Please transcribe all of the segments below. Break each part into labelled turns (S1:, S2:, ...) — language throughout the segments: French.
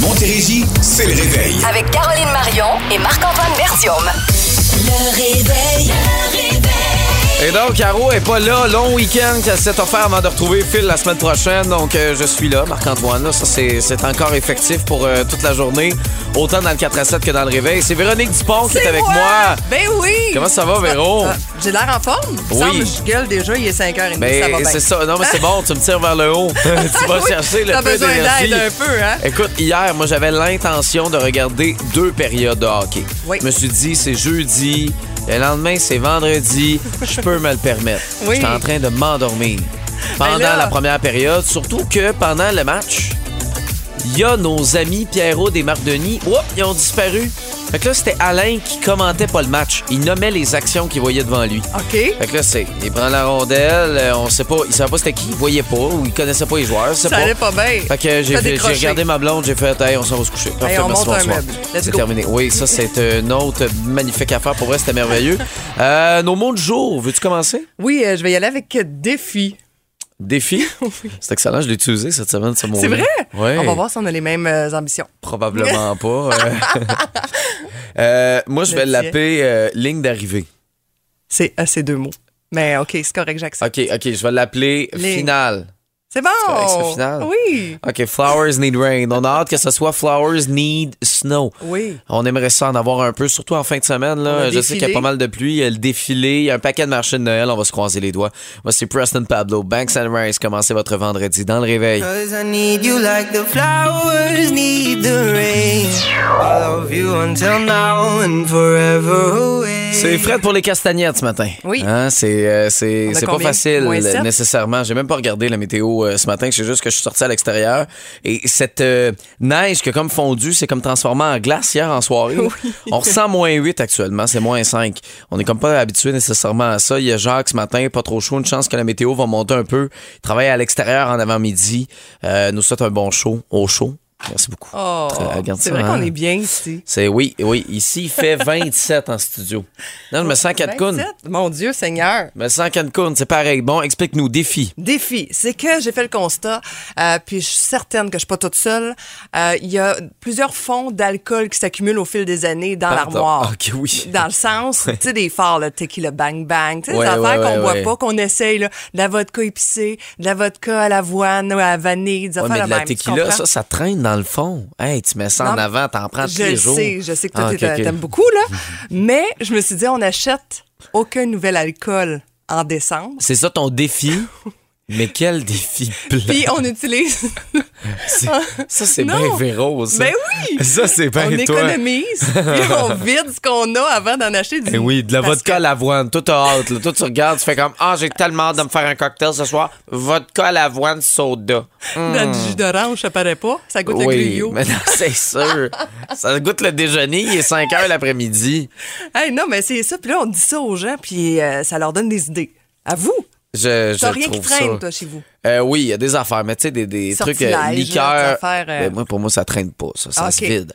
S1: Montérégie, c'est le réveil.
S2: Avec Caroline Marion et Marc-Antoine Bertium.
S3: Le réveil. Le réveil.
S4: Et donc, Caro est pas là. Long week-end qu'elle s'est offert avant de retrouver Phil la semaine prochaine. Donc, euh, je suis là, Marc-Antoine. là. Ça, c'est c'est encore effectif pour euh, toute la journée, autant dans le 4 à 7 que dans le réveil. C'est Véronique Dupont qui est
S5: C'est
S4: avec moi.
S5: Ben oui!
S4: Comment ça va, Véro?
S5: Ah, J'ai l'air en forme? Il me semble
S4: Oui.
S5: que je gueule déjà, il est 5h30,
S4: Mais
S5: ça va bien.
S4: Ben,
S5: Ah
S4: c'est ça. Non, mais c'est bon, tu me tires vers le haut. tu vas
S5: Oui,
S4: chercher le
S5: t'as
S4: peu
S5: besoin
S4: d'énergie.
S5: d'aide un peu, hein?
S4: Écoute, hier, moi, j'avais l'intention de regarder deux périodes de hockey.
S5: Oui.
S4: Je me suis dit, c'est jeudi, le lendemain, c'est vendredi, je peux me le permettre.
S5: Oui.
S4: J'étais en train de m'endormir pendant
S5: Ben là-
S4: la première période, surtout que pendant le match, il y a nos amis Pierrot des Denis. Oups, ils ont disparu. Fait que là, c'était Alain qui commentait pas le match. Il nommait les actions qu'il voyait devant lui.
S5: OK.
S4: Fait que là, c'est. Il prend la rondelle, euh, on sait pas, il savait pas c'était qui, il voyait pas, ou il connaissait pas les joueurs, c'est
S5: Ça
S4: pas.
S5: allait pas bien.
S4: Fait que j'ai
S5: T'as
S4: fait- j'ai
S5: décroché.
S4: regardé ma blonde, j'ai fait, hey, on s'en va se coucher. Parfait,
S5: on
S4: merci,
S5: monte un
S4: bonsoir.
S5: meuble. Let's
S4: C'est
S5: go.
S4: terminé. Oui, ça, c'est euh, une autre magnifique affaire. Pour vrai, c'était merveilleux. Euh, nos mots du jour, veux-tu commencer?
S5: Oui, euh, je vais y aller avec euh, défi.
S4: Défi. C'est excellent, je l'ai utilisé cette semaine, ce mot
S5: C'est vrai?
S4: Oui.
S5: On va voir si on a les mêmes euh, ambitions.
S4: Probablement pas. euh. Euh, moi, je
S5: Le
S4: vais
S5: tien.
S4: l'appeler euh, ligne d'arrivée.
S5: C'est euh, ces deux mots. Mais OK, c'est correct, j'accepte.
S4: OK, OK, je vais l'appeler
S5: Ligne.
S4: finale.
S5: C'est bon!
S4: correct, Ah, c'est final.
S5: Oui!
S4: OK, Flowers Need Rain. On a hâte que ce soit Flowers Need Snow.
S5: Oui.
S4: On aimerait ça en avoir un peu, surtout en fin de semaine.
S5: On
S4: Là.
S5: a
S4: Je sais qu'il y a
S5: défilé.
S4: pas mal de pluie, il y a le défilé, il y a un paquet de marchés de Noël, on va se croiser les doigts. Moi, c'est Preston Pablo, Banks and Rice. Commencez votre vendredi dans le réveil.
S6: Cause I need you like the flowers need the rain. I love you until now and forever away.
S4: C'est Fred pour les castagnettes ce matin.
S5: Oui.
S4: Hein, c'est euh, c'est
S5: On a
S4: c'est pas
S5: combien?
S4: facile euh,
S5: Moins sept?
S4: nécessairement. J'ai même pas regardé la météo euh, ce matin. C'est juste que je suis sorti à l'extérieur et cette euh, neige que comme fondue, c'est comme transformée en glace hier en soirée. On ressent moins 8 actuellement, c'est moins 5. On est comme pas habitué nécessairement à ça. Il y a Jacques ce matin, pas trop chaud, une chance que la météo va monter un peu. Il travaille à l'extérieur en avant-midi. Euh, nous souhaite un bon show au chaud. Merci beaucoup.
S5: Oh,
S4: Très- regarde
S5: c'est
S4: ça,
S5: vrai
S4: hein.
S5: qu'on est bien ici.
S4: C'est oui, oui, ici il fait 27 en studio. Non, je me sens à Cancun.
S5: 27? Mon Dieu, Seigneur!
S4: Mais sans Cancun, c'est pareil. Bon, explique-nous, défi.
S5: Défi, c'est que j'ai fait le constat, euh, puis je suis certaine que je suis pas toute seule. Euh, Il y a plusieurs fonds d'alcool qui s'accumulent au fil des années dans
S4: Pardon.
S5: l'armoire.
S4: Ok, oui.
S5: Dans le sens, tu sais, des phares, le tequila bang bang, tu sais,
S4: Ouais,
S5: des affaires
S4: ouais,
S5: qu'on
S4: ouais,
S5: boit
S4: ouais.
S5: pas, qu'on essaye, là, de la vodka épicée, de la vodka à l'avoine ou à la vanille, des
S4: Ouais,
S5: affaires
S4: mais de
S5: de
S4: la
S5: même, tu
S4: tequila,
S5: comprends?
S4: ça, ça traîne dans le fond. Hey, tu mets ça
S5: Non,
S4: en avant, t'en prends tous
S5: je
S4: les
S5: le
S4: jours.
S5: sais, je sais que toi,
S4: Ah,
S5: tu
S4: ok, ok.
S5: t'aimes beaucoup, là. Mais je me suis dit, on n'achète aucun nouvel alcool en décembre.
S4: C'est ça ton défi? Mais quel défi plat.
S5: Puis on utilise
S4: C'est- Ça, c'est
S5: Non.
S4: bien Véro, ça.
S5: Ben oui!
S4: Ça, c'est bien
S5: on
S4: toi.
S5: économise, puis on vide ce qu'on a avant d'en acheter du.
S4: Eh oui, de la
S5: Parce
S4: vodka à l'avoine. Toi, t'as hâte. Là. Toi, tu regardes, tu fais comme Ah, j'ai tellement hâte de me faire un cocktail ce soir. Vodka à l'avoine soda.
S5: que Notre jus d'orange, ça paraît pas. Ça goûte le
S4: oui,
S5: gruyot.
S4: mais non, c'est sûr. ça goûte le déjeuner, il est 5 h l'après-midi.
S5: Hey, non, mais c'est ça. Puis là, on dit ça aux gens, puis euh, ça leur donne des idées. À vous.
S4: Je, je
S5: T'as rien qui
S4: trouve
S5: traîne,
S4: ça.
S5: toi, chez vous.
S4: Euh, oui, il y a des affaires, mais tu sais, des, des trucs euh,
S5: Sortilèges, là, des
S4: liqueurs.
S5: affaires, euh.
S4: Ben, moi, pour moi, ça traîne pas, ça, ça
S5: Ah,
S4: se
S5: ok.
S4: vide.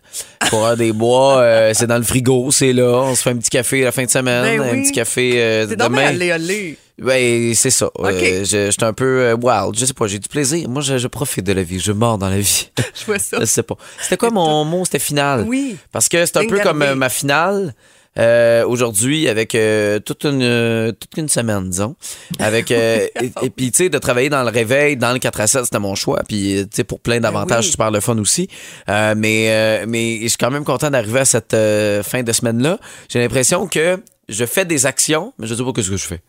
S4: Pour avoir des bois, euh, c'est dans le frigo, c'est là. On se fait un petit café la fin de semaine,
S5: Ben
S4: un
S5: oui.
S4: petit café euh,
S5: C'est dommage,
S4: demain.
S5: allez, allez.
S4: Ben, c'est ça. Euh, je, je suis un peu euh, wild. Je sais pas, j'ai du plaisir. Moi, je, je profite de la vie. Je mords dans la vie.
S5: Je vois ça.
S4: je sais pas. C'était quoi mon mot? C'était final.
S5: Oui.
S4: Parce que c'est un
S5: Ligne
S4: peu comme
S5: d'arrivée.
S4: euh, ma finale. euh, aujourd'hui avec euh, toute une euh, toute une semaine disons avec euh, et, et puis tu sais de travailler dans le réveil dans le 4 à 7 c'était mon choix puis euh, tu sais pour plein d'avantages
S5: Ben oui.
S4: super le fun aussi Euh, mais euh, mais je suis quand même content d'arriver à cette euh, fin de semaine là j'ai l'impression que je fais des actions mais je sais pas ce que je fais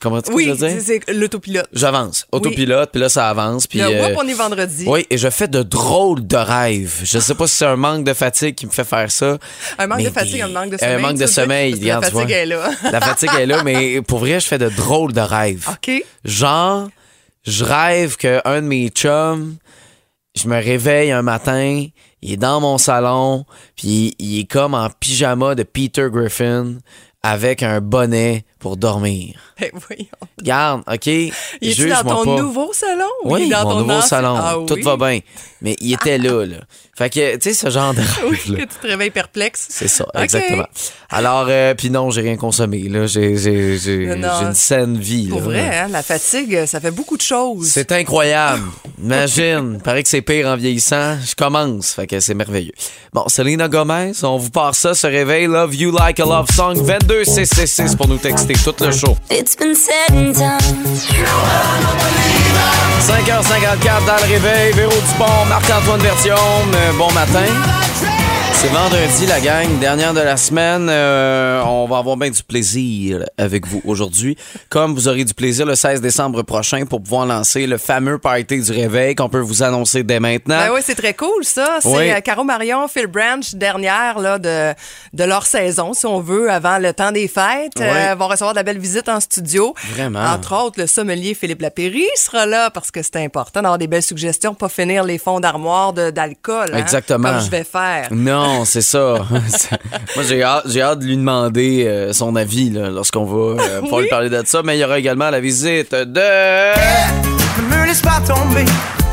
S4: tu comprends ce que je
S5: Oui,
S4: veux
S5: c'est
S4: dire
S5: c'est l'autopilote.
S4: j'avance
S5: Oui.
S4: autopilote puis là ça avance puis
S5: Là,
S4: euh,
S5: whoop, on est vendredi.
S4: oui, et je fais de drôles de rêves. Je sais pas si c'est un manque de fatigue qui me fait faire ça.
S5: Un manque
S4: mais
S5: de fatigue,
S4: des-
S5: un manque de sommeil.
S4: Un manque
S5: tu
S4: de
S5: veux dire?
S4: sommeil,
S5: Parce que la
S4: regarde, tu vois.
S5: fatigue est là. Ah.
S4: La fatigue est là, mais pour vrai, je fais de drôles de rêves.
S5: OK.
S4: Genre, je rêve qu'un de mes chums, je me réveille un matin, il est dans mon salon, puis il est comme en pyjama de Peter Griffin avec un bonnet, pour dormir.
S5: Ben voyons.
S4: Garde, OK?
S5: Il est
S4: juge-moi
S5: dans ton
S4: pas.
S5: nouveau salon? ou il
S4: Oui,
S5: est dans
S4: mon
S5: ton
S4: nouveau
S5: ancien-
S4: salon.
S5: Ah
S4: Tout
S5: oui?
S4: va bien. Mais il était là, là. Fait que, tu sais, ce genre de
S5: Oui,
S4: rêve-là.
S5: que tu te réveilles perplexe.
S4: C'est ça,
S5: Ok.
S4: exactement. Alors, euh, puis non, j'ai rien consommé. Là, j'ai, j'ai, j'ai,
S5: Non, non.
S4: j'ai une saine vie.
S5: Pour
S4: là.
S5: vrai, hein, la fatigue, ça fait beaucoup de choses.
S4: C'est incroyable. Imagine. Paraît que c'est pire en vieillissant. Je commence. Fait que c'est merveilleux. Bon, Selena Gomez, on vous part ça, ce réveil. Love You Like a Love Song 22666 pour nous texter tout le show.
S3: It's been said and done.
S4: 5h54 dans le réveil. Véro Dupont, Marc-Antoine Version. bon matin. C'est vendredi, la gang, dernière de la semaine. Euh, on va avoir bien du plaisir avec vous aujourd'hui. Comme vous aurez du plaisir le 16 décembre prochain pour pouvoir lancer le fameux party du réveil qu'on peut vous annoncer dès maintenant.
S5: Ben oui, c'est très cool, ça. C'est
S4: Oui.
S5: euh, Caro Marion, Phil Branch, dernière là, de, de leur saison, si on veut, avant le temps des fêtes.
S4: Oui.
S5: Euh, vont recevoir de la belle visite en studio.
S4: Vraiment.
S5: Entre autres, le sommelier Philippe Lapéry sera là parce que c'est important d'avoir des belles suggestions, pas finir les fonds d'armoire de- d'alcool. hein,
S4: Exactement. Mm.
S5: comme je vais faire.
S4: Non, c'est ça. C'est- Moi, j'ai hâte, j'ai hâte de lui demander euh, son avis là, lorsqu'on va euh, pouvoir lui parler de ça. Mais il y aura également la visite de...
S6: Le mur laisse pas tomber.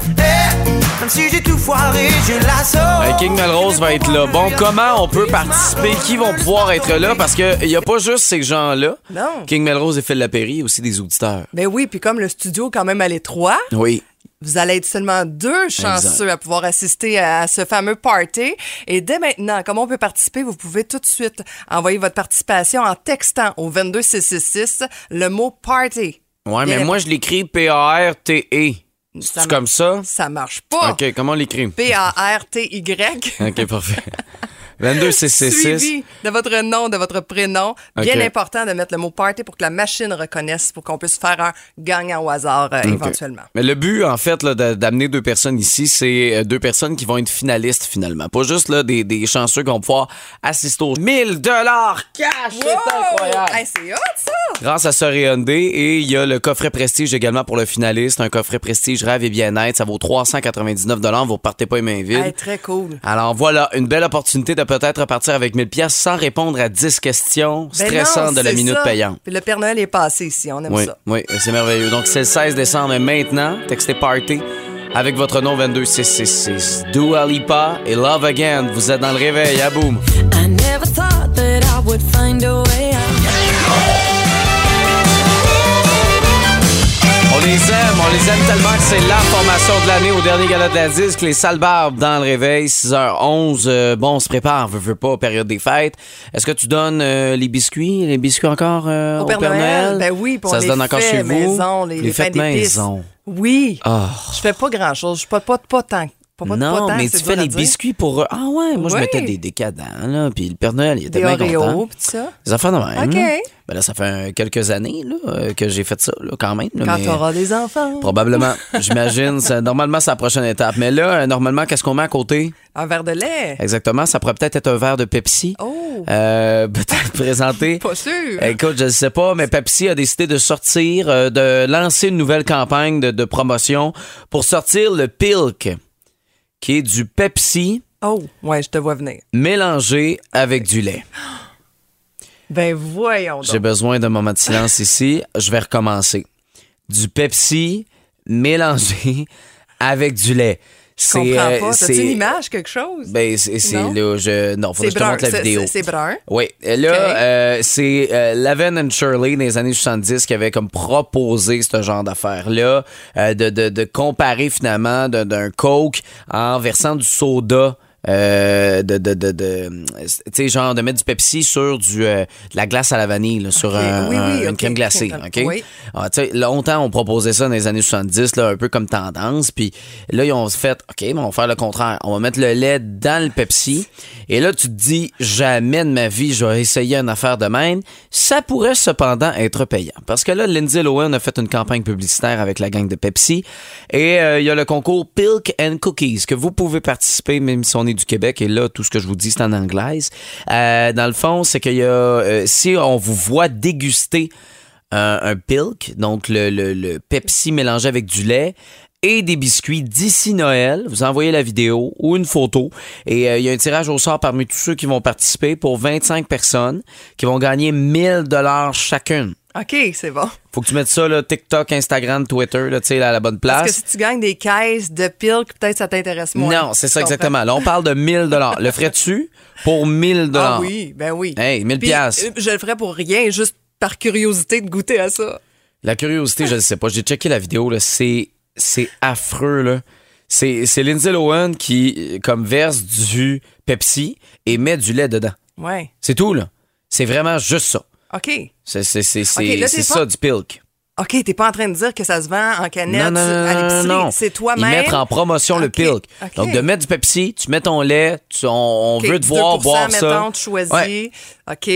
S6: Eh, même si j'ai tout foiré, j'ai la sauce.
S4: Ben, King Melrose va être là. Bon, comment on peut participer? Qui vont pouvoir être là? Parce qu'il n'y a pas juste ces gens-là.
S5: Non.
S4: King Melrose et Phil Lapéry, il y a aussi des auditeurs.
S5: Ben oui, puis comme le studio quand même à l'étroit,
S4: Oui.
S5: vous allez être seulement deux chanceux à pouvoir assister à ce fameux party. Et dès maintenant, comment on peut participer? Vous pouvez tout de suite envoyer votre participation en textant au 22666 le mot party.
S4: Ouais, mais
S5: Bien.
S4: moi, je l'écris P-A-R-T-E.
S5: Ça
S4: E. C'est comme ça?
S5: Ça marche pas.
S4: OK, comment on l'écrit?
S5: P-A-R-T-Y.
S4: OK, parfait. 22
S5: E. Suivi de votre nom, de votre prénom. Bien
S4: OK.
S5: important de mettre le mot party pour que la machine reconnaisse, pour qu'on puisse faire un gagnant au hasard euh, éventuellement.
S4: Mais le but, en fait, là, de- d'amener deux personnes ici, c'est euh, deux personnes qui vont être finalistes, finalement. Pas juste là, des, des chanceux qui vont pouvoir assister aux 1000 cash! C'est incroyable!
S5: Hey, c'est hot, ça!
S4: Grâce à Sœur et Hyundai. Et il y a le coffret prestige également pour le finaliste. Un coffret prestige rêve et bien-être. Ça vaut 399 Vous partez pas les mains vides.
S5: Hey, très cool.
S4: Alors voilà, une belle opportunité de peut-être partir avec 1000 pièces sans répondre à 10 questions
S5: Ben
S4: stressantes
S5: non,
S4: de la
S5: c'est
S4: minute
S5: ça.
S4: payante.
S5: Puis le Père Noël est passé ici, on aime
S4: Oui,
S5: ça.
S4: oui, c'est merveilleux. Donc c'est le 16 décembre et maintenant, textez party avec votre nom 22666. Dua Lipa et Love Again. Vous êtes dans le réveil, à boum.
S3: I never thought that I would find a way out.
S4: On les aime, on les aime tellement que c'est la formation de l'année au dernier gala de la disque, les sales barbes dans le réveil, 6h11. Euh, bon, on se prépare, veut, veut pas, période des fêtes. Est-ce que tu donnes euh, les biscuits, les biscuits encore euh,
S5: Au Père, Noël, ben oui, puis on
S4: Ça se
S5: les
S4: donne encore
S5: fait
S4: chez vous.
S5: maison, les, les
S4: fêtes
S5: pains d'épices.
S4: maison.
S5: Oui.
S4: Ah.
S5: Je fais pas grand-chose, je suis pas pas pas tant. Pas, pas,
S4: non,
S5: pas tant,
S4: mais
S5: c'est
S4: tu
S5: dur
S4: fais
S5: à
S4: les
S5: dire.
S4: biscuits pour eux. Ah ouais, moi je
S5: Oui.
S4: mettais des décadents, là, puis le Père Noël, il était
S5: des
S4: bien content.
S5: Oreos, pis ça.
S4: Les affaires de même.
S5: OK.
S4: là. Ben là, ça fait euh, quelques années là, euh, que j'ai fait ça, là, quand même. là,
S5: Quand
S4: mais-
S5: t'auras des enfants.
S4: Probablement, j'imagine. C'est- Normalement, c'est la prochaine étape. Mais là, euh, normalement, qu'est-ce qu'on met à côté?
S5: Un verre de lait.
S4: Exactement, ça pourrait peut-être être un verre de Pepsi.
S5: Oh.
S4: Euh, peut-être présenté.
S5: Pas sûr.
S4: Écoute, je ne sais pas, mais Pepsi a décidé de sortir, euh, de lancer une nouvelle campagne de, de promotion pour sortir le Pilk, qui est du Pepsi
S5: Oh, ouais, je te vois venir.
S4: mélangé avec du lait.
S5: Ben voyons
S4: J'ai
S5: donc.
S4: besoin d'un moment de silence ici. Je vais recommencer. Du Pepsi mélangé avec du lait.
S5: Je comprends
S4: euh,
S5: pas. T'as-tu
S4: c'est-
S5: une image, quelque chose?
S4: Ben, c'est c'est
S5: Non?
S4: là. Je... Non, faudrait
S5: c'est
S4: que je te
S5: brun.
S4: montre la
S5: C'est-
S4: vidéo.
S5: C'est c'est brun.
S4: Oui, Et là,
S5: Ok.
S4: euh, c'est euh, Laven and Shirley dans les années 70 qui avait comme proposé ce genre d'affaires-là, euh, de, de, de comparer finalement d'un- d'un Coke en versant du soda. euh, de, de, de, de- tu sais, genre de mettre du Pepsi sur du, euh, de la glace à la vanille, là, sur
S5: Ok.
S4: un-
S5: Oui,
S4: un-
S5: oui,
S4: une
S5: ok.
S4: crème glacée.
S5: Ok.
S4: ok?
S5: Oui.
S4: Ah, tu sais, longtemps, on proposait ça dans les années 70, là, un peu comme tendance. Puis là, ils ont fait, OK, mais on va faire le contraire. On va mettre le lait dans le Pepsi. Et là, tu te dis, jamais de ma vie, je vais essayer une affaire de même. Ça pourrait cependant être payant. Parce que là, Lindsay Lohan a fait une campagne publicitaire avec la gang de Pepsi. Et euh, il y a le concours Pilk and Cookies, que vous pouvez participer, même si on est du Québec. Et là, tout ce que je vous dis, c'est en anglaise. Euh, dans le fond, c'est qu'il y a, euh, si on vous voit déguster un, Euh, un pilk, donc le, le- le Pepsi mélangé avec du lait et des biscuits d'ici Noël. Vous envoyez la vidéo ou une photo et euh, il y a un tirage au sort parmi tous ceux qui vont participer pour 25 personnes qui vont gagner 1000 dollars chacune.
S5: OK, c'est bon.
S4: Faut que tu mettes ça, là, TikTok, Instagram, Twitter, là, tu sais, là, à la bonne place.
S5: Parce que si tu gagnes des caisses de piles, peut-être ça t'intéresse moins.
S4: Non, c'est ça
S5: Tu comprends?
S4: exactement. Là, on parle de 1000 dollars. Le ferais-tu pour 1000 dollars
S5: Ah oui, ben oui.
S4: Hey, 1000
S5: Puis,
S4: piastres.
S5: euh, Je le ferais pour rien, juste par curiosité de goûter à ça.
S4: La curiosité, je ne sais pas. J'ai checké la vidéo, là. C'est, c'est affreux, là. C'est, c'est Lindsay Lohan qui, euh, comme, verse du Pepsi et met du lait dedans.
S5: Ouais.
S4: C'est tout, là. C'est vraiment juste ça.
S5: OK.
S4: C'est, c'est, c'est, c'est,
S5: là, t'es
S4: c'est
S5: pas-
S4: ça, du pilk.
S5: OK, t'es pas en train de dire que ça se vend en canette
S4: Non, non, non,
S5: à
S4: non,
S5: l'épicerie.
S4: non, non.
S5: C'est
S4: Ils
S5: toi-même.
S4: mettent en promotion le
S5: OK,
S4: pilk.
S5: OK.
S4: Donc, de mettre du Pepsi, tu mets ton lait, tu- on, on
S5: OK,
S4: veut te voir
S5: 2%,
S4: boire ça.
S5: mettons, tu choisis.
S4: Ouais.
S5: OK.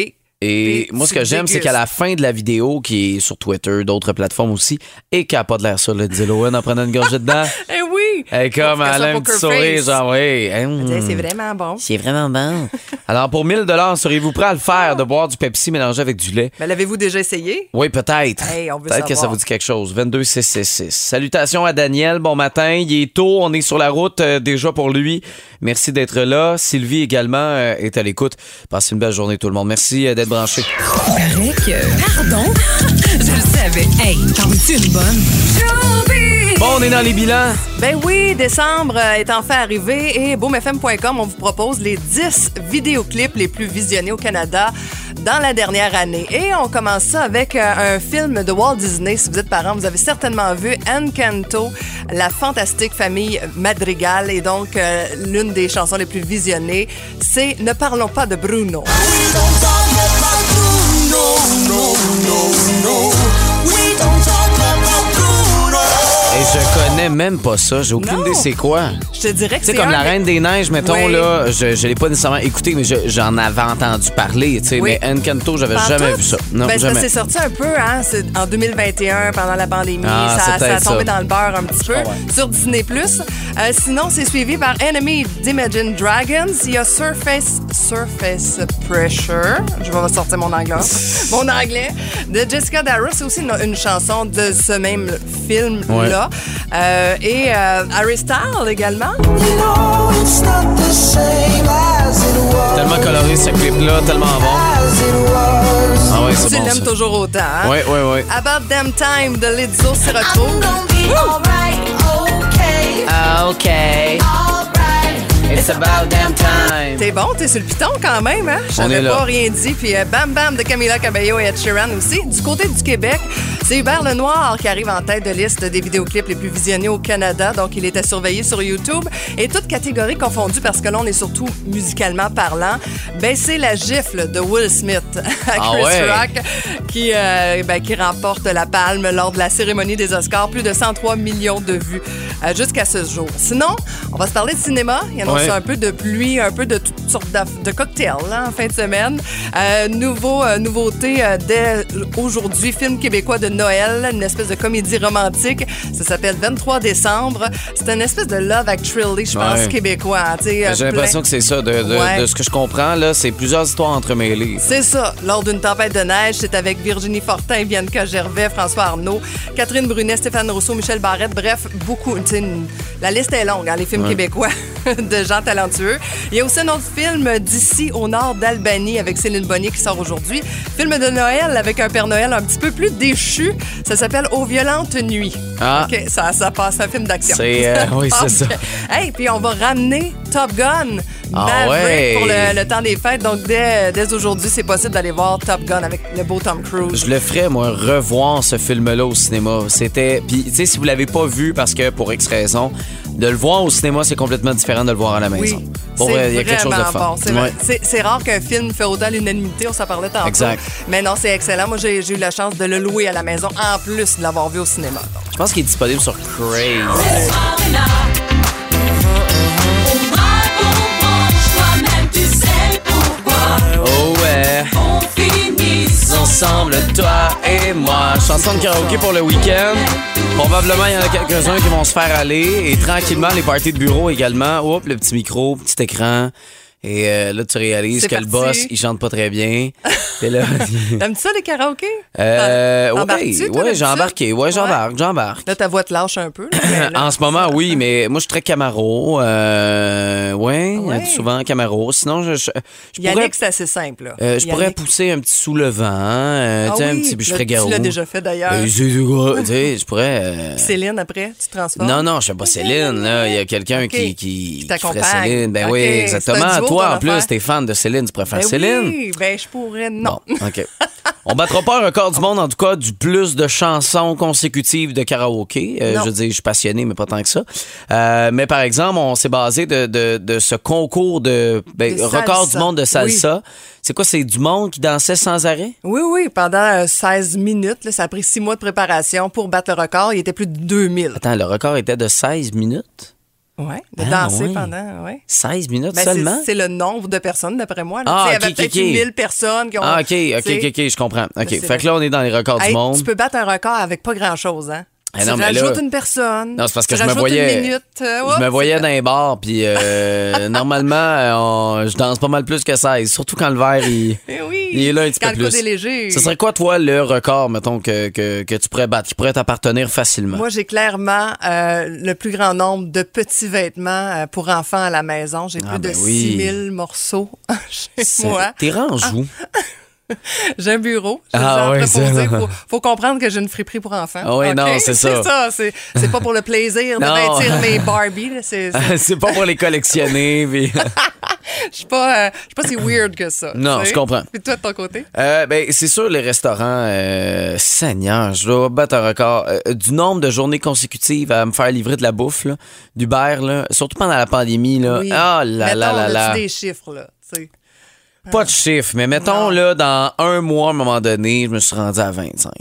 S4: Et
S5: Puis
S4: moi, ce
S5: tu
S4: que j'aime, c'est
S5: dégustes.
S4: qu'à la fin de la vidéo, qui est sur Twitter, d'autres plateformes aussi, et qu'elle n'a pas de l'air sur le Dillowen en prenant une gorgée dedans,
S5: Eh oui!
S4: elle est comme,
S5: Parce
S4: elle
S5: que ça,
S4: a un
S5: poker
S4: petit sourire,
S5: face.
S4: genre, oui. hum,
S5: Elle disait, C'est vraiment bon.
S4: C'est vraiment bon. Alors, pour 1000 seriez-vous prêt à le faire, de boire du Pepsi mélangé avec du lait?
S5: Mais l'avez-vous déjà essayé?
S4: Oui, peut-être.
S5: Hey, on veut
S4: peut-être que ça
S5: savoir.
S4: vous dit quelque chose. 22666. Salutations à Daniel. Bon matin. Il est tôt. On est sur la route euh, déjà pour lui. Merci d'être là. Sylvie également euh, est à l'écoute. Passez une belle journée tout le monde. Merci euh, d'être branché.
S7: Pardon? Je le savais. Hey, t'en es une bonne?
S4: Bon, on est dans les bilans.
S5: Ben oui, décembre euh, est enfin arrivé et boomfm.com, on vous propose les 10 vidéoclips les plus visionnés au Canada dans la dernière année. Et on commence ça avec euh, un film de Walt Disney. Si vous êtes parents, vous avez certainement vu Encanto, la fantastique famille Madrigal. Et donc, euh, l'une des chansons les plus visionnées, c'est Ne parlons pas de Bruno.
S4: Et je connais même pas ça. J'ai aucune
S5: Non.
S4: idée c'est quoi.
S5: Je te dirais que
S4: Tu
S5: c'est
S4: sais, comme
S5: un
S4: la
S5: des-
S4: Reine des Neiges, mettons,
S5: Oui.
S4: là, je, je l'ai pas nécessairement écouté, mais je- j'en avais entendu parler, tu sais.
S5: Oui.
S4: Mais Encanto, j'avais
S5: Pantoute?
S4: jamais vu ça. Non,
S5: Ben, c'est parce
S4: jamais.
S5: que C'est sorti un peu hein, c'est en 2021 pendant la pandémie.
S4: Ah,
S5: ça,
S4: c'est
S5: ça a
S4: peut-être
S5: tombé
S4: ça.
S5: dans le beurre un petit peu
S4: comprends.
S5: sur Disney+. Euh, sinon, c'est suivi par Enemy d'Imagine Dragons. Il y a Surface, Surface Pressure. Je vais sortir mon anglais. mon anglais. De Jessica Darrow. C'est aussi une, une chanson de ce même film-là. Euh, et euh, Harry Styles également.
S4: Tellement coloré ce clip-là, tellement bon. Ah ouais, c'est
S5: Tu
S4: bon.
S5: l'aimes
S4: ça.
S5: toujours autant. Hein?
S4: Ouais, ouais, ouais.
S5: About Damn Time de Lizzo s'y retrouve.
S4: OK. It's about damn time.
S5: T'es bon, t'es sur le piton quand même, hein?
S4: est
S5: J'avais
S4: là.
S5: pas rien dit. Puis euh, Bam Bam de Camila Cabello et Ed Sheeran aussi. Du côté du Québec, c'est Hubert Lenoir qui arrive en tête de liste des vidéoclips les plus visionnés au Canada. Donc, il est à surveiller sur YouTube. Et toutes catégories confondues, parce que là, on est surtout musicalement parlant. Ben, c'est la gifle de Will Smith à Chris
S4: Ah ouais?
S5: Rock qui, euh, ben, qui remporte la palme lors de la cérémonie des Oscars. Plus de 103 millions de vues euh, jusqu'à ce jour. Sinon, on va se parler de cinéma. Il y en a
S4: Ouais.
S5: un peu de pluie, un peu de toutes sortes d'aff- de cocktails là, en fin de semaine. Euh, nouveau, euh, nouveauté euh, dès aujourd'hui, film québécois de Noël, une espèce de comédie romantique. Ça s'appelle 23 décembre. C'est une espèce de love actually, je pense,
S4: Ouais. Ben,
S5: québécois. hein, tu sais, euh,
S4: J'ai
S5: plein-
S4: l'impression que c'est ça. De, de-
S5: Ouais.
S4: de ce que je comprends, là, c'est plusieurs histoires entremêlées.
S5: C'est ça. Lors d'une tempête de neige, c'est avec Virginie Fortin, Bianca Gervais, François Arnaud, Catherine Brunet, Stéphane Rousseau, Michel Barrette. Bref, beaucoup. tu sais, une- La liste est longue, hein, les films québécois de gens talentueux. Il y a aussi un autre film d'ici au nord d'Albanie avec Céline Bonnier qui sort aujourd'hui. Film de Noël avec un Père Noël un petit peu plus déchu. Ça s'appelle Aux violentes nuits.
S4: Ah.
S5: OK, ça, ça passe un film d'action.
S4: C'est, euh, oui, c'est ça.
S5: Hey, puis on va ramener Top Gun.
S4: Ah
S5: Maverick
S4: ouais.
S5: pour le, le temps des fêtes. Donc, dès, dès aujourd'hui, c'est possible d'aller voir Top Gun avec le beau Tom Cruise.
S4: Je le ferais, moi, revoir ce film-là au cinéma. C'était. Puis, tu sais, si vous l'avez pas vu, parce que pour X raison, de le voir au cinéma, c'est complètement différent de le voir à la maison. Pour
S5: c'est
S4: vrai, il y a quelque chose de
S5: vraiment
S4: fun.
S5: bon. C'est vrai-
S4: Ouais.
S5: C'est c'est rare qu'un film fait autant l'unanimité, on s'en parlait tantôt.
S4: Exact.
S5: Mais non, c'est excellent. Moi, j'ai j'ai eu la chance de le louer à la maison en plus de l'avoir vu au cinéma. Donc,
S4: Je pense qu'il est disponible sur Crave. Oh ouais. ensemble, toi et moi. Chanson de karaoké pour le week-end. Probablement, il y en a quelques-uns qui vont se faire aller. Et tranquillement, les parties de bureau également. Oups, le petit micro, petit écran. Et euh, là, tu réalises
S5: C'est
S4: que le
S5: parti.
S4: boss, il chante pas très bien. Et là,
S5: T'aimes-tu ça, les karaokés?
S4: euh,
S5: T'en-
S4: ouais,
S5: t'embarques-tu, Ah, toi,
S4: ouais,
S5: d'habitude?
S4: j'ai embarqué. Ouais, j'embarque, j'embarque.
S5: Là, ta voix te lâche un peu. là, mais Ben là,
S4: En ce moment, oui, mais moi, je suis très Camaro. Euh, ouais,
S5: Ah Ouais.
S4: souvent Camaro. Sinon, je, je, je pourrais,
S5: Yannick, c'est assez simple. là.
S4: euh, je pourrais
S5: Yannick.
S4: pousser un petit soulevant. Euh,
S5: Ah
S4: tu sais, un
S5: oui,
S4: petit, je
S5: là,
S4: ferais garou.
S5: Tu l'as déjà fait d'ailleurs.
S4: Euh, c'est du gars, tu sais, je pourrais. euh,
S5: Céline, après, tu te transformes.
S4: Non, non, je sais pas Céline, là. Il y a quelqu'un
S5: Ok.
S4: qui, qui,
S5: Qui
S4: qui ferait
S5: t'accompagne.
S4: Céline. Ben oui,
S5: Ok, c'est un
S4: exactement.
S5: duo,
S4: Toi,
S5: ton
S4: en plus,
S5: affaire.
S4: t'es fan de Céline, tu pourrais faire
S5: Ben
S4: Céline.
S5: Oui, ben je pourrais, non.
S4: Bon, OK. On battra pas un record du monde, en tout cas, du plus de chansons consécutives de karaoké. Euh,
S5: Non.
S4: je veux dire, je suis passionné, mais pas tant que ça. Euh, mais par exemple, on s'est basé de, de- de ce concours de ben,
S5: De
S4: record du
S5: salsa.
S4: monde de salsa. C'est quoi? C'est du monde qui dansait sans arrêt?
S5: Oui, oui, pendant euh, 16 minutes, là, ça a pris 6 mois de préparation pour battre le record. Il était plus de 2000.
S4: Attends, le record était de 16 minutes?
S5: Ouais, de
S4: Ah,
S5: danser
S4: ouais.
S5: pendant, ouais.
S4: 16 minutes
S5: Ben, c'est-
S4: seulement?
S5: c'est le nombre de personnes, d'après moi. là.
S4: Ah,
S5: Tu
S4: ok,
S5: sais, il y avait peut-être
S4: ok, ok.
S5: 1000 personnes qui ont.
S4: Ah, OK, OK,
S5: tu sais.
S4: OK, OK, je comprends. OK,
S5: Ben, c'est
S4: fait
S5: vrai.
S4: que là, on est dans les records
S5: Hey,
S4: du monde.
S5: Tu peux battre un record avec pas grand-chose, hein?
S4: Ah,
S5: tu
S4: non, mais là-
S5: rajoutes une personne.
S4: Non, c'est parce que
S5: tu
S4: je me
S5: rajoutes
S4: voyais.
S5: Une minute, euh,
S4: je me
S5: oups,
S4: voyais dans les bars, puis euh, normalement, euh, on- je danse pas mal plus que 16, surtout quand le verre, il,
S5: Eh oui,
S4: il est là un petit
S5: quand
S4: peu plus.
S5: le coude est léger.
S4: Ce serait quoi, toi, le record, mettons, que, que, que tu pourrais battre, qui pourrait t'appartenir facilement?
S5: Moi, j'ai clairement euh, le plus grand nombre de petits vêtements euh, pour enfants à la maison. J'ai
S4: Ah,
S5: plus de
S4: ben oui.
S5: 6000 morceaux chez
S4: C'est-
S5: moi.
S4: T'es rangou.
S5: J'ai un bureau. J'ai
S4: Ah,
S5: des
S4: ouais,
S5: affaires pour
S4: c'est
S5: dire.
S4: vrai.
S5: faut, faut comprendre que j'ai une friperie pour enfants.
S4: Ah ouais,
S5: OK?
S4: non, c'est ça.
S5: C'est ça. C'est, c'est pas pour le plaisir de
S4: Non.
S5: vêtir mes Barbie. là, C'est, c'est-
S4: c'est pas pour les collectionner, puis-
S5: je suis pas, euh, je suis pas si weird que ça.
S4: Non,
S5: tu sais.
S4: je comprends.
S5: Puis toi, de ton côté?
S4: Euh, ben, c'est sûr, les restaurants, euh, Seigneur, je dois battre un record euh, du nombre de journées consécutives à me faire livrer de la bouffe, là, d'Uber, là, surtout pendant la pandémie. Là.
S5: Oui.
S4: Ah là
S5: Mettons,
S4: là là
S5: on a-tu
S4: là.
S5: des chiffres, là. tu sais?
S4: Pas de chiffre, mais mettons,
S5: Non.
S4: là, dans un mois, à un moment donné, je me suis rendu à 25.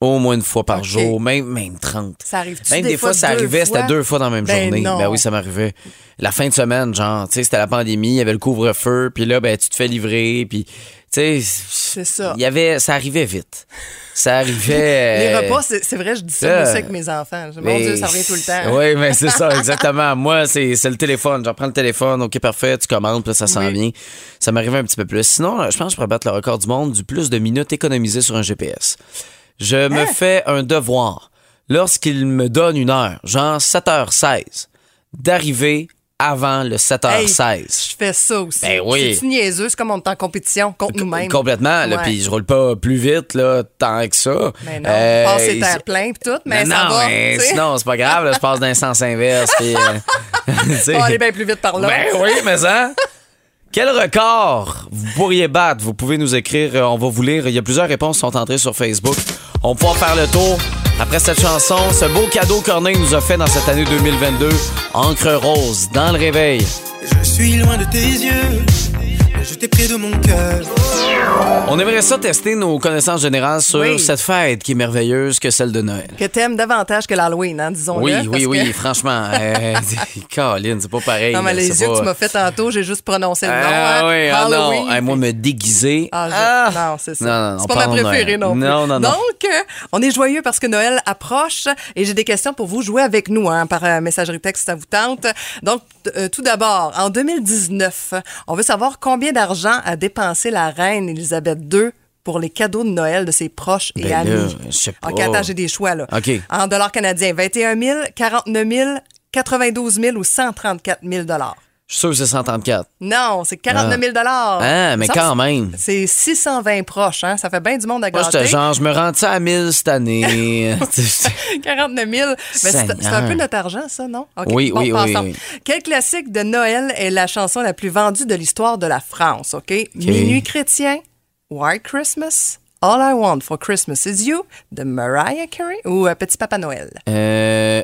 S4: Au moins une fois par
S5: Ok.
S4: jour, même, même 30.
S5: Ça arrive-tu
S4: Même
S5: des
S4: des fois,
S5: fois
S4: ça
S5: deux
S4: arrivait, c'était
S5: fois?
S4: deux fois dans la même
S5: Ben
S4: journée.
S5: non.
S4: Ben oui, ça m'arrivait. La fin de semaine, genre, tu sais, c'était la pandémie, il y avait le couvre-feu, puis là, ben, tu te fais livrer, puis, tu sais. C'est
S5: ça.
S4: Il y avait, ça arrivait vite. Ça arrivait.
S5: Les
S4: euh,
S5: repas, c'est, c'est vrai, je dis ça,
S4: ça-
S5: mais c'est avec mes enfants. Mon Dieu, ça revient tout le temps.
S4: Oui, mais c'est ça, exactement. Moi, c'est c'est le téléphone. J'en prends le téléphone. OK, parfait. Tu commandes, puis là, ça s'en
S5: Oui.
S4: vient. Ça m'arrive un petit peu plus. Sinon, je pense que je pourrais battre le record du monde du plus de minutes économisées sur un GPS. Je
S5: Hein?
S4: me fais un devoir lorsqu'il me donne une heure, genre 7h16, d'arriver avant le
S5: Hey,
S4: 7h16.
S5: Je fais ça aussi.
S4: Ben oui.
S5: C'est niaiseux, c'est comme on est en compétition contre nous-mêmes.
S4: Complètement, là,
S5: Ouais.
S4: puis je roule pas plus vite, là, tant que ça.
S5: Mais Ben non,
S4: Euh,
S5: passe les
S4: et-
S5: terres plein pis tout, mais
S4: non,
S5: ça
S4: non,
S5: va.
S4: mais
S5: tu sais.
S4: sinon, c'est pas grave, là, je passe d'un sens inverse. puis, euh, tu sais.
S5: On va aller bien plus vite par là.
S4: Ben oui, mais ça. Quel record vous pourriez battre? Vous pouvez nous écrire, euh, on va vous lire. Il y a plusieurs réponses qui sont entrées sur Facebook. On va pouvoir faire le tour après cette chanson. Ce beau cadeau Corneille nous a fait dans cette année 2022. Encre rose dans le réveil.
S6: Je suis loin de tes yeux, mais je t'ai pris de mon cœur.
S4: On aimerait ça tester nos connaissances générales sur
S5: Oui.
S4: cette fête qui est merveilleuse que celle de Noël.
S5: Que t'aimes davantage que l'Halloween, hein, disons-le.
S4: Oui,
S5: parce
S4: oui,
S5: que-
S4: oui, franchement. Euh, Caroline, c'est pas pareil.
S5: Non, mais
S4: là,
S5: les
S4: c'est
S5: yeux que
S4: pas-
S5: tu m'as fait tantôt, j'ai juste prononcé le nom.
S4: Ah
S5: hein.
S4: oui, ah non.
S5: Halloween.
S4: Ah, moi, me déguiser.
S5: Ah, je- Non, c'est ça.
S4: Non, non, non,
S5: c'est pas ma
S4: parlons de
S5: préférée
S4: Noël.
S5: non plus.
S4: Non, non, non.
S5: Donc, euh, on est joyeux parce que Noël approche et j'ai des questions pour vous. Jouez avec nous hein, par euh, messagerie texte, ça vous tente. Donc, t- euh, tout d'abord, en 2019, on veut savoir combien d'argent a dépensé la reine Elisabeth II pour les cadeaux de Noël de ses proches et
S4: Ben là,
S5: amis.
S4: je sais pas.
S5: OK, attends, j'ai des choix là.
S4: OK.
S5: En dollars canadiens, 21 000, 49 000, 92 000 ou 134 000 dollars.
S4: Je suis sûr que c'est 134.
S5: Non, c'est 49 000 dollars.
S4: Ah, mais quand même.
S5: C'est 620 proches, hein? Ça fait bien du monde à
S4: Moi,
S5: gâter.
S4: j'étais genre, je me rends ça à 1000 cette année. Tu sais,
S5: 49 000. Mais c'est
S4: Seigneur.
S5: c'est un peu notre argent, ça, non? OK,
S4: Oui, oui, oui,
S5: passons.
S4: oui.
S5: Quel classique de Noël est la chanson la plus vendue de l'histoire de la France, OK? Minuit chrétien, White Christmas, All I Want for Christmas is You, de Mariah Carey ou euh, Petit Papa Noël?
S4: euh,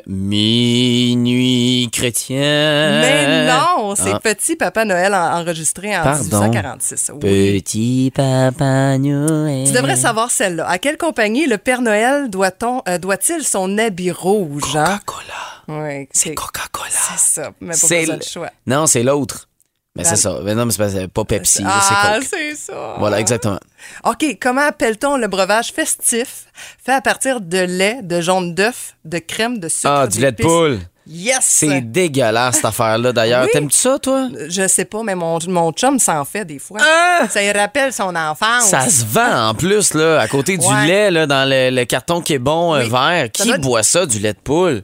S4: minuit chrétien.
S5: Mais non, c'est
S4: Euh. Ah,
S5: Petit Papa Noël en- enregistré en
S4: Pardon.
S5: 1846. Oui.
S4: Petit papa Noël.
S5: Tu devrais savoir celle-là. À quelle compagnie le Père Noël doit-on, euh, doit-il son habit rouge? hein?
S4: Coca-Cola.
S5: Oui,
S4: C'est Coca-Cola.
S5: C'est ça, mais pas
S4: C'est
S5: besoin
S4: l-
S5: de choix.
S4: Non, c'est l'autre. Mais c'est
S5: Ben-
S4: ça. Mais non, mais c'est pas- c'est pas Pepsi, là,
S5: Ah,
S4: c'est Coke.
S5: c'est ça.
S4: Voilà, exactement.
S5: OK, comment appelle-t-on le breuvage festif fait à partir de lait, de jaune d'œuf, de crème, de sucre,
S4: Ah, du lait de
S5: d'épices?
S4: poule.
S5: Yes!
S4: C'est dégueulasse, cette affaire-là, d'ailleurs.
S5: Oui.
S4: T'aimes-tu ça, toi?
S5: Je sais pas, mais mon, mon chum s'en fait des fois. Ça lui rappelle son enfance.
S4: Ah! Ça se vend en plus, là, à côté du
S5: Ouais.
S4: lait, là, dans le, le carton qui est bon, euh,
S5: Oui.
S4: vert. Qui
S5: Ça doit être- Ah.
S4: boit ça, du lait de poule?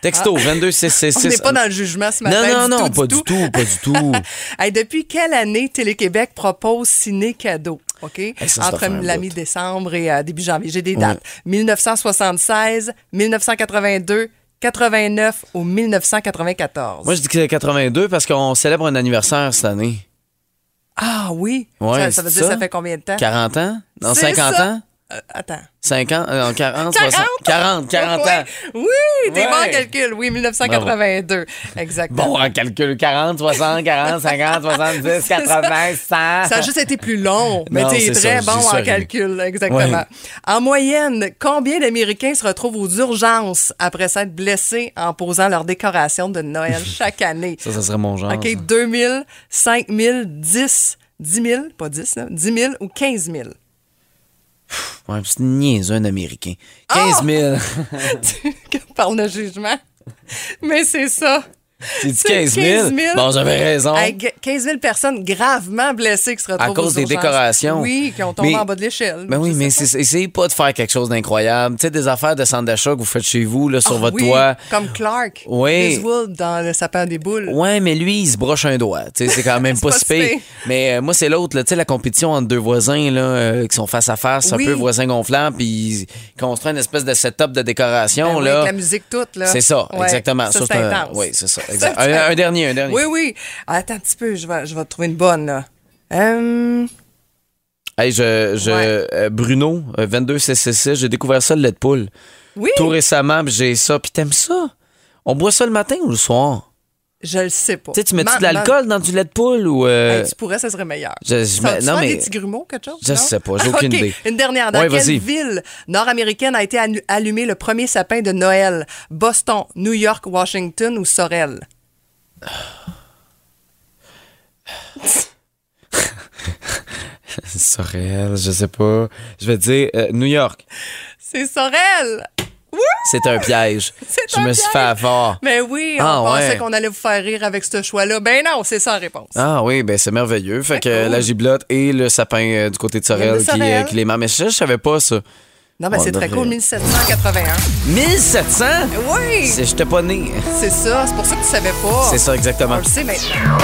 S4: Texto,
S5: On
S4: 22666.
S5: n'est pas dans le jugement ce matin.
S4: Non, non,
S5: du
S4: non,
S5: tout,
S4: pas du tout, pas du tout.
S5: Hey, depuis quelle année Télé-Québec propose Ciné Cadeau? OK?
S4: ça, ça
S5: Entre
S4: fait un
S5: la
S4: bout.
S5: mi-décembre et euh, début janvier. J'ai des dates. 1976, 1982, 89 ou 1994.
S4: Moi, je dis que c'est 82 parce qu'on célèbre un anniversaire cette année.
S5: Ah oui?
S4: Ouais,
S5: ça, ça veut
S4: c'est
S5: dire ça fait combien de temps?
S4: 40 ans? Non,
S5: Hein? C'est
S4: 50
S5: ça.
S4: ans?
S5: Euh, attends.
S4: 50, euh, non, 40,
S5: 40?
S4: 60, 40, 40 ans.
S5: Oui, t'es
S4: Ouais.
S5: bon en calcul. Oui, 1982. Exactement.
S4: Bon, en calcul, 40, 60, 40, 50, 70, 80, 100.
S5: Ça a juste été plus long, mais
S4: Non,
S5: t'es
S4: c'est ça,
S5: très
S4: je
S5: bon
S4: dis
S5: en
S4: ça,
S5: calcul, exactement.
S4: Ouais.
S5: En moyenne, combien d'Américains se retrouvent aux urgences après s'être blessés en posant leur décoration de Noël chaque année?
S4: Ça, ça serait hein. mon genre.
S5: OK,
S4: ça.
S5: 2000, 5000, 10, 10 000, pas 10, là, 10 000 ou 15 000?
S4: Ouais, c'est niaiseux, un Américain.
S5: Ah!
S4: 15 000.
S5: Par le jugement. Mais c'est ça.
S4: J'ai dit
S5: C'est
S4: 15 000.
S5: 15 000.
S4: Bon, j'avais raison.
S5: Hey, g- 15 000 personnes gravement blessées qui se retrouvent
S4: à cause
S5: aux
S4: des
S5: urgences.
S4: décorations.
S5: Oui, qui ont tombé
S4: Mais-
S5: en bas de l'échelle.
S4: Ben oui,
S5: Je
S4: mais
S5: sais pas.
S4: c'est- essayez pas de faire quelque chose d'incroyable. Tu sais, des affaires de centre d'achat que vous faites chez vous, là, sur
S5: Ah
S4: votre
S5: oui,
S4: toit.
S5: Comme Clark.
S4: Oui.
S5: Griswold dans le sapin des boules.
S4: Ouais, mais lui, il se broche un doigt. Tu sais, c'est quand même pas
S5: pas
S4: si pire.
S5: si pire.
S4: Mais euh, moi, c'est l'autre, là, tu sais, la compétition entre deux voisins là, euh, qui sont face à face,
S5: Oui.
S4: un peu voisins gonflants, puis ils construisent une espèce de setup de
S5: Ben
S4: décoration.
S5: oui,
S4: là.
S5: avec la musique toute, là.
S4: C'est ça,
S5: Ouais,
S4: exactement.
S5: Ça,
S4: Ça,
S5: c'est
S4: c'est un-
S5: intense.
S4: oui, c'est ça, exact. Un- un dernier, un dernier.
S5: Oui, oui. Ah, Attends un petit peu, je vais, je vais trouver une bonne, là. Hum,
S4: Hey, je, je,
S5: Ouais.
S4: euh, Bruno, 22CCC, j'ai découvert ça, le lait de poule.
S5: oui,
S4: Tout récemment, puis j'ai ça. Puis t'aimes ça? On boit ça le matin ou le soir?
S5: je le sais pas.
S4: Tu sais, tu mets-tu
S5: Man-
S4: de l'alcool dans du lait de poule ou... euh,
S5: man- Hey, tu pourrais, ça serait meilleur.
S4: Je- je-
S5: Ça,
S4: mais-
S5: tu
S4: non,
S5: fais
S4: mais-
S5: des petits grumeaux, quelque chose?
S4: Je
S5: non?
S4: sais pas, j'ai aucune
S5: OK,
S4: idée.
S5: Une dernière. Dans
S4: Ouais, vas-y.
S5: quelle ville nord-américaine a été annu- allumé le premier sapin de Noël? Boston, New York, Washington ou Sorel?
S4: Sorel, je sais pas. Je vais te dire euh, New York.
S5: C'est Sorel!
S4: C'est un piège.
S5: C'est
S4: je
S5: un
S4: me suis
S5: piège.
S4: fait avoir.
S5: Mais oui, on
S4: Ah,
S5: pensait
S4: ouais.
S5: qu'on allait vous faire rire avec ce choix-là. Ben non, c'est sans réponse.
S4: Ah oui, ben c'est merveilleux. Fait que
S5: Ah, cool.
S4: la giblotte et le sapin euh, du côté de
S5: Il y a
S4: Sorel
S5: le
S4: qui, euh,
S5: Sorel.
S4: qui les marre. Mais ça, je savais pas ça.
S5: non, ben
S4: on
S5: c'est très
S4: devrait-
S5: cool, 1781.
S4: 1700?
S5: Oui,
S4: C'est- J'étais pas né.
S5: c'est ça. C'est pour ça que tu savais pas.
S4: C'est ça,
S5: On
S4: exactement.
S5: le sait maintenant.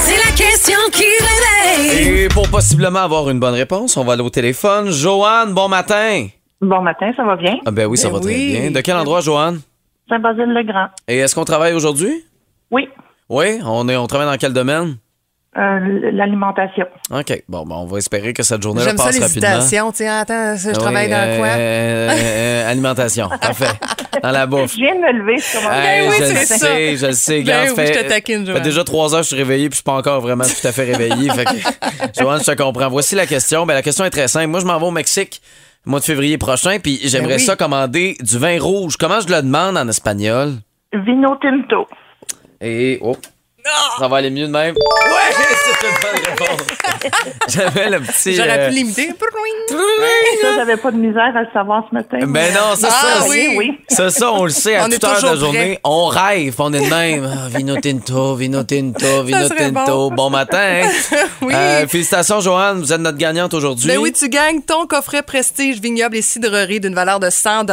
S7: C'est la question qui réveille.
S4: Et pour possiblement avoir une bonne réponse, on va aller au téléphone. Joanne, bon matin.
S8: Bon matin, ça va bien?
S4: Ah ben oui, ça
S5: Ben
S4: va très
S5: oui.
S4: bien. De quel endroit, Joanne?
S8: Saint-Basile-le-Grand.
S4: Et est-ce qu'on travaille aujourd'hui?
S8: Oui,
S4: Oui, on, est, on travaille dans quel domaine?
S8: euh, l'alimentation.
S4: OK. Bon, ben, on va espérer que cette journée
S5: J'aime ça,
S4: passe rapidement. Ah
S5: l'hésitation. Tu sais, attends, je
S4: Oui,
S5: travaille dans quoi?
S4: euh, euh, alimentation, parfait. Dans la bouffe.
S8: Je viens de me lever, je commence.
S4: Hey,
S5: Ah, ben oui,
S4: je le
S5: c'est ça.
S4: sais, je le sais.
S5: Ben
S4: Gars, ça
S5: oui,
S4: fait,
S5: je te taquine,
S4: ça fait
S5: Joanne.
S4: déjà trois heures que je suis réveillé puis je suis pas encore vraiment tout à fait réveillé. fait que, Joanne, je te comprends. Voici la question. Ben, la question est très simple. Moi, je m'en vais au Mexique le mois de février prochain puis j'aimerais
S5: Ben oui.
S4: ça commander du vin rouge. Comment je le demande en espagnol?
S8: Vino Tinto.
S4: Et... Oh. Ça va aller mieux de même. Ouais, c'est une bonne réponse. J'avais le petit...
S5: J'aurais
S4: euh,
S5: pu l'imiter.
S8: Ça, j'avais pas de misère à le savoir ce matin.
S4: Ben non, c'est
S5: euh. Ah
S4: ça.
S5: oui.
S8: oui.
S4: Ça, ça, on le sait à
S5: On est
S4: toute heure de la
S5: toujours prêt.
S4: journée. On rêve, on est de même. Ah, vino tinto, vino tinto, vino
S5: serait
S4: tinto. Bon,
S5: bon.
S4: matin. hein?
S5: Oui.
S4: Euh, félicitations, Joanne. Vous êtes notre gagnante aujourd'hui.
S5: Ben oui, tu gagnes ton coffret prestige vignoble et cidrerie d'une valeur de 100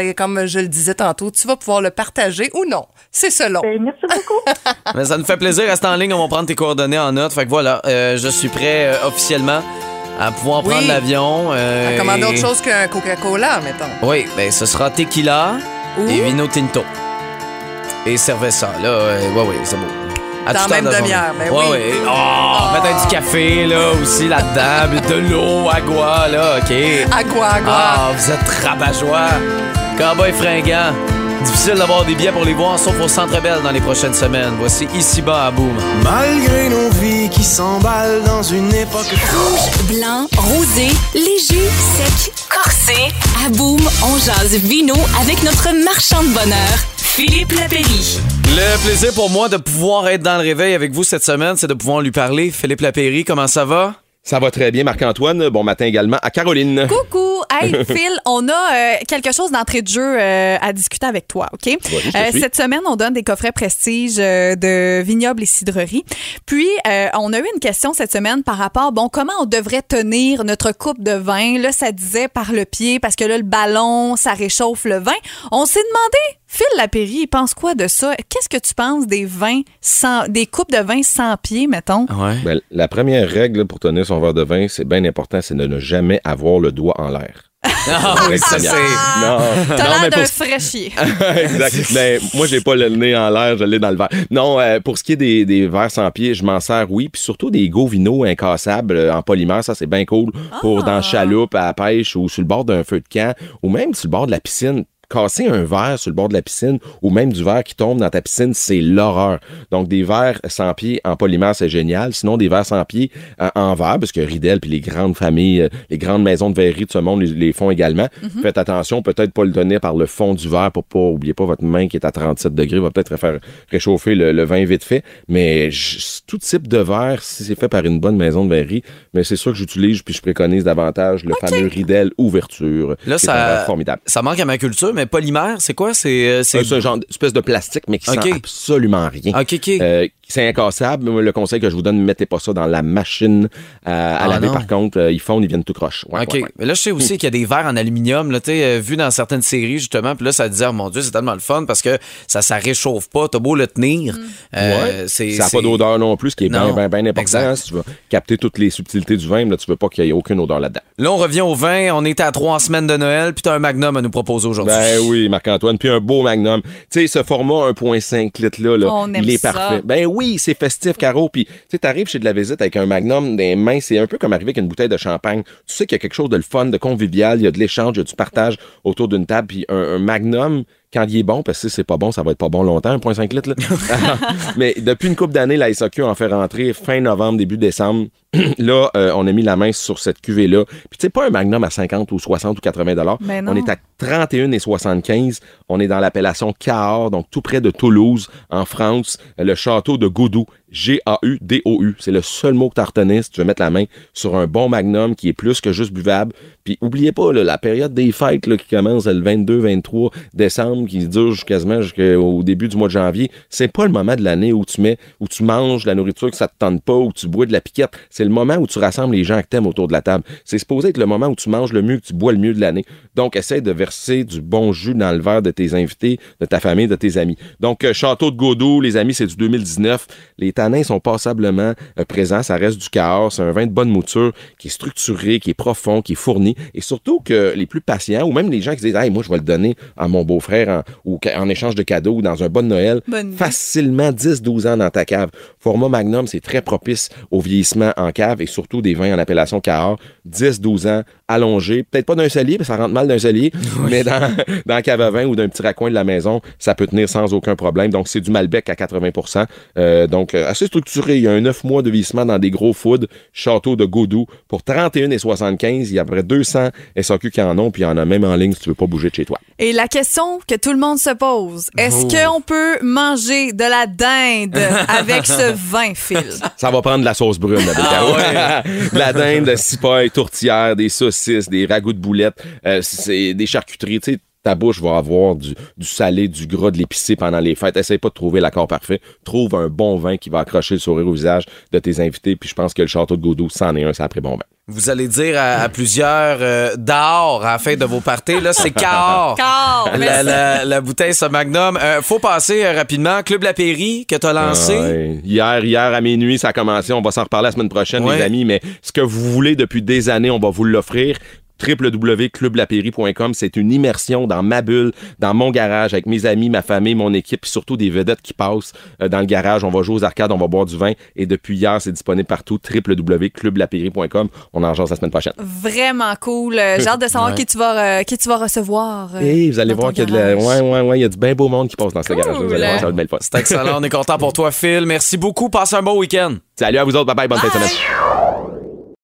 S5: Et comme je le disais tantôt, tu vas pouvoir le partager ou non. C'est selon.
S8: Ben, merci beaucoup.
S4: Mais ça nous fait plaisir. Reste en ligne, on va prendre tes coordonnées en note. Fait que voilà, euh, je suis prêt euh, officiellement à pouvoir
S5: Oui.
S4: prendre l'avion. euh,
S5: À commander
S4: et-
S5: autre chose qu'un Coca-Cola, mettons.
S4: Oui, ben ce sera tequila
S5: Ou-
S4: et vino tinto. Et cerveza, là, euh, ouais, ouais, c'est beau. À
S5: Dans
S4: toute
S5: même
S4: heure de la
S5: demi-heure,
S4: journée.
S5: ben
S4: ouais,
S5: oui.
S4: ouais. Oh, peut-être du café, là, aussi, là-dedans, puis de l'eau, agua, là, OK.
S5: Agua, agua.
S4: Ah, vous êtes rabat-joie. Cowboy fringant. Difficile d'avoir des billets pour les voir, sauf au Centre Belle dans les prochaines semaines. Voici Ici-Bas à Boom.
S1: Malgré nos vies qui s'emballent dans une époque
S7: Rouge, blanc, rosé, léger, sec.
S2: Corsé,
S7: À boum, on jase vino avec notre marchand de bonheur, Philippe Lapéry.
S4: Le plaisir pour moi de pouvoir être dans le réveil avec vous cette semaine, c'est de pouvoir lui parler. Philippe Lapéry, comment ça va?
S9: Ça va très bien, Marc-Antoine. Bon matin également à Caroline.
S10: Coucou! Hey, Phil, on a euh, quelque chose d'entrée de jeu euh, à discuter avec toi, OK?
S9: je te suis.
S10: Euh, cette semaine, on donne des coffrets prestige euh, de vignobles et cidreries. Puis, euh, on a eu une question cette semaine par rapport, bon, comment on devrait tenir notre coupe de vin? Là, ça disait par le pied, parce que là, le ballon, ça réchauffe le vin. On s'est demandé, Phil Lapéry, il pense quoi de ça? Qu'est-ce que tu penses des vins sans, des coupes de vin sans pied, mettons?
S4: Ouais.
S9: Ben, la première règle pour tenir son verre de vin, c'est bien important, c'est de ne jamais avoir le doigt en l'air.
S4: Ah oui, ça, c'est-
S9: Non,
S10: T'as
S9: non, mais
S10: l'air
S9: pour
S10: d'un
S9: ce-
S10: fraîchier.
S9: exact. Ben, moi, j'ai pas le nez en l'air, je l'ai dans le verre. Non, euh, pour ce qui est des, des verres sans pied, je m'en sers, oui. Puis surtout des govinos incassables euh, en polymère, ça, c'est bien cool pour dans chaloupe, à la pêche ou sur le bord d'un feu de camp ou même sur le bord de la piscine. Casser un verre sur le bord de la piscine ou même du verre qui tombe dans ta piscine, c'est l'horreur. Donc, des verres sans pied en polymère, c'est génial. Sinon, des verres sans pied euh, en verre, parce que Riedel puis les grandes familles, euh, les grandes maisons de verrerie de ce monde les, les font également. Faites attention, peut-être pas le donner par le fond du verre pour pas oublier pas votre main qui est à 37 degrés, va peut-être faire réchauffer le, le vin vite fait. Mais je- tout type de verre, si c'est fait par une bonne maison de verrerie, mais c'est sûr que j'utilise puis je préconise davantage le fameux Riedel Ouverture.
S4: Là,
S9: qui est un verre
S4: ça,
S9: euh, formidable.
S4: ça manque à ma culture, mais polymère, c'est quoi? C'est. euh, c'est-
S9: C'est ce genre d'espèce de plastique, mais qui
S4: Ok.
S9: sent absolument rien.
S4: Ok, ok.
S9: Euh, c'est incassable. Moi, Le conseil que je vous donne, mettez pas ça dans la machine euh, à
S4: Ah,
S9: laver.
S4: non.
S9: Par contre, euh, ils font, ils viennent tout croche. Ouais,
S4: OK.
S9: ouais, Hmm. ouais.
S4: Mais là, je sais aussi qu'il y a des verres en aluminium, là, tu sais, euh, vu dans certaines séries, justement. Puis là, ça disait, oh mon Dieu, c'est tellement le fun parce que ça, ça réchauffe pas. T'as beau le tenir. euh,
S9: Ouais.
S4: c'est-
S9: ça n'a
S4: c'est-
S9: pas d'odeur non plus, ce qui est bien,
S4: Non.
S9: bien, bien important.
S4: Exact.
S9: hein. si tu veux capter toutes les subtilités du vin, mais là, tu veux pas qu'il y ait aucune odeur là-dedans.
S4: Là, on revient au vin. On était à trois semaines de Noël. Puis t'as un magnum à nous proposer aujourd'hui.
S9: Ben oui, Marc-Antoine, puis un beau magnum. Tu sais, ce format 1.5 litres là, là,
S10: On aime
S9: il est
S10: ça.
S9: parfait. Ben oui, c'est festif, Caro. Puis tu sais, t'arrives chez de la visite avec un magnum dans les mains, c'est un peu comme arriver avec une bouteille de champagne. Tu sais qu'il y a quelque chose de le fun, de convivial, il y a de l'échange, il y a du partage autour d'une table, puis un, un magnum. Quand il est bon, parce que si c'est pas bon, ça va être pas bon longtemps, 1.5 litres. Là. Mais depuis une couple d'années, la SAQ en fait rentrer fin novembre, début décembre. là, euh, on a mis la main sur cette cuvée-là. Puis tu sais, pas un magnum à 50 ou 60 ou 80 dollars.
S10: Mais non.
S9: On est à 31 et 75. On est dans l'appellation Cahors, donc tout près de Toulouse, en France, le château de Goudou. G-A-U-D-O-U. C'est le seul mot que tu retenais si tu veux mettre la main sur un bon magnum qui est plus que juste buvable. Puis oubliez pas, là, la période des fêtes là, qui commence le 22-23 décembre, qui dure jusqu'à- quasiment jusqu'au début du mois de janvier, c'est pas le moment de l'année où tu mets, où tu manges la nourriture que ça te tente pas, où tu bois de la piquette. C'est le moment où tu rassembles les gens que t'aimes autour de la table. C'est supposé être le moment où tu manges le mieux, que tu bois le mieux de l'année. Donc, essaie de verser du bon jus dans le verre de tes invités, de ta famille, de tes amis. Donc, euh, Château de Godou, les amis, c'est du 2019. Les tanins sont passablement euh, présents. Ça reste du cahors. C'est un vin de bonne mouture qui est structuré, qui est profond, qui est fourni. Et surtout que les plus patients, ou même les gens qui se disent, hey, moi, je vais le donner à mon beau-frère en, ou ca- en échange de cadeaux ou dans un bon Noël,
S10: Bonne idée.
S9: facilement 10-12 ans dans ta cave. Format Magnum, c'est très propice au vieillissement en cave et surtout des vins en appellation Cahors. 10-12 ans, allongés. Peut-être pas d'un cellier, parce que ça rentre mal d'un cellier, mais dans, dans la cave à vin ou d'un petit raccoin de la maison, ça peut tenir sans aucun problème. Donc, c'est du Malbec à 80 Euh, Donc, euh, assez structuré. Il y a un 9 mois de vieillissement dans des gros foods. Château de Godou pour 31 et 75. Il y a à peu près 200 SAQ qui en ont, puis il y en a même en ligne si tu veux pas bouger de chez toi.
S10: Et la question que tout le monde se pose, est-ce
S9: Oh.
S10: qu'on peut manger de la dinde avec ce vin, Phil?
S9: Ça va prendre de la sauce brune, la Bécaro. De la dinde, de cipaille, tourtière, des saucisses, des ragoûts de boulettes, euh, c'est des charcuteries, tu sais. Ta bouche va avoir du, du salé, du gras, de l'épicé pendant les fêtes. Essaye pas de trouver l'accord parfait. Trouve un bon vin qui va accrocher le sourire au visage de tes invités. Puis je pense que le château de Godou, c'en est un, ça après bon vin.
S4: Vous allez dire à, à plusieurs euh, dehors à la fin de vos parties. Là, c'est Cahors.
S10: Cahors,
S4: Oh. La, la- la bouteille, ce magnum. Euh, faut passer euh, rapidement. Club Lapéry, que t'as lancé.
S9: Ouais. Hier, hier à minuit, ça a commencé. On va s'en reparler la semaine prochaine,
S4: Ouais.
S9: les amis. Mais ce que vous voulez depuis des années, on va vous l'offrir www.clublapéry.com. C'est une immersion dans ma bulle, dans mon garage, avec mes amis, ma famille, mon équipe, puis surtout des vedettes qui passent euh, dans le garage. On va jouer aux arcades, on va boire du vin. Et depuis hier, c'est disponible partout, www.clublapéry.com. On en jase la semaine prochaine.
S10: Vraiment cool. Euh, J'ai hâte de savoir qui, tu vas, euh, qui tu vas recevoir. euh,
S9: Et Eh, vous allez
S10: dans
S9: voir
S10: ton
S9: qu'il y a de la...
S10: garage.
S9: ouais, ouais, ouais, il y a du bien beau monde qui passe dans ce garage. Vous allez voir,
S10: Cool.
S9: ça va être belle fun.
S4: C'est excellent. On est content pour toi, Phil. Merci beaucoup. Passe un bon week-end.
S9: Salut à vous autres. Bye bye. Bonne fin de semaine.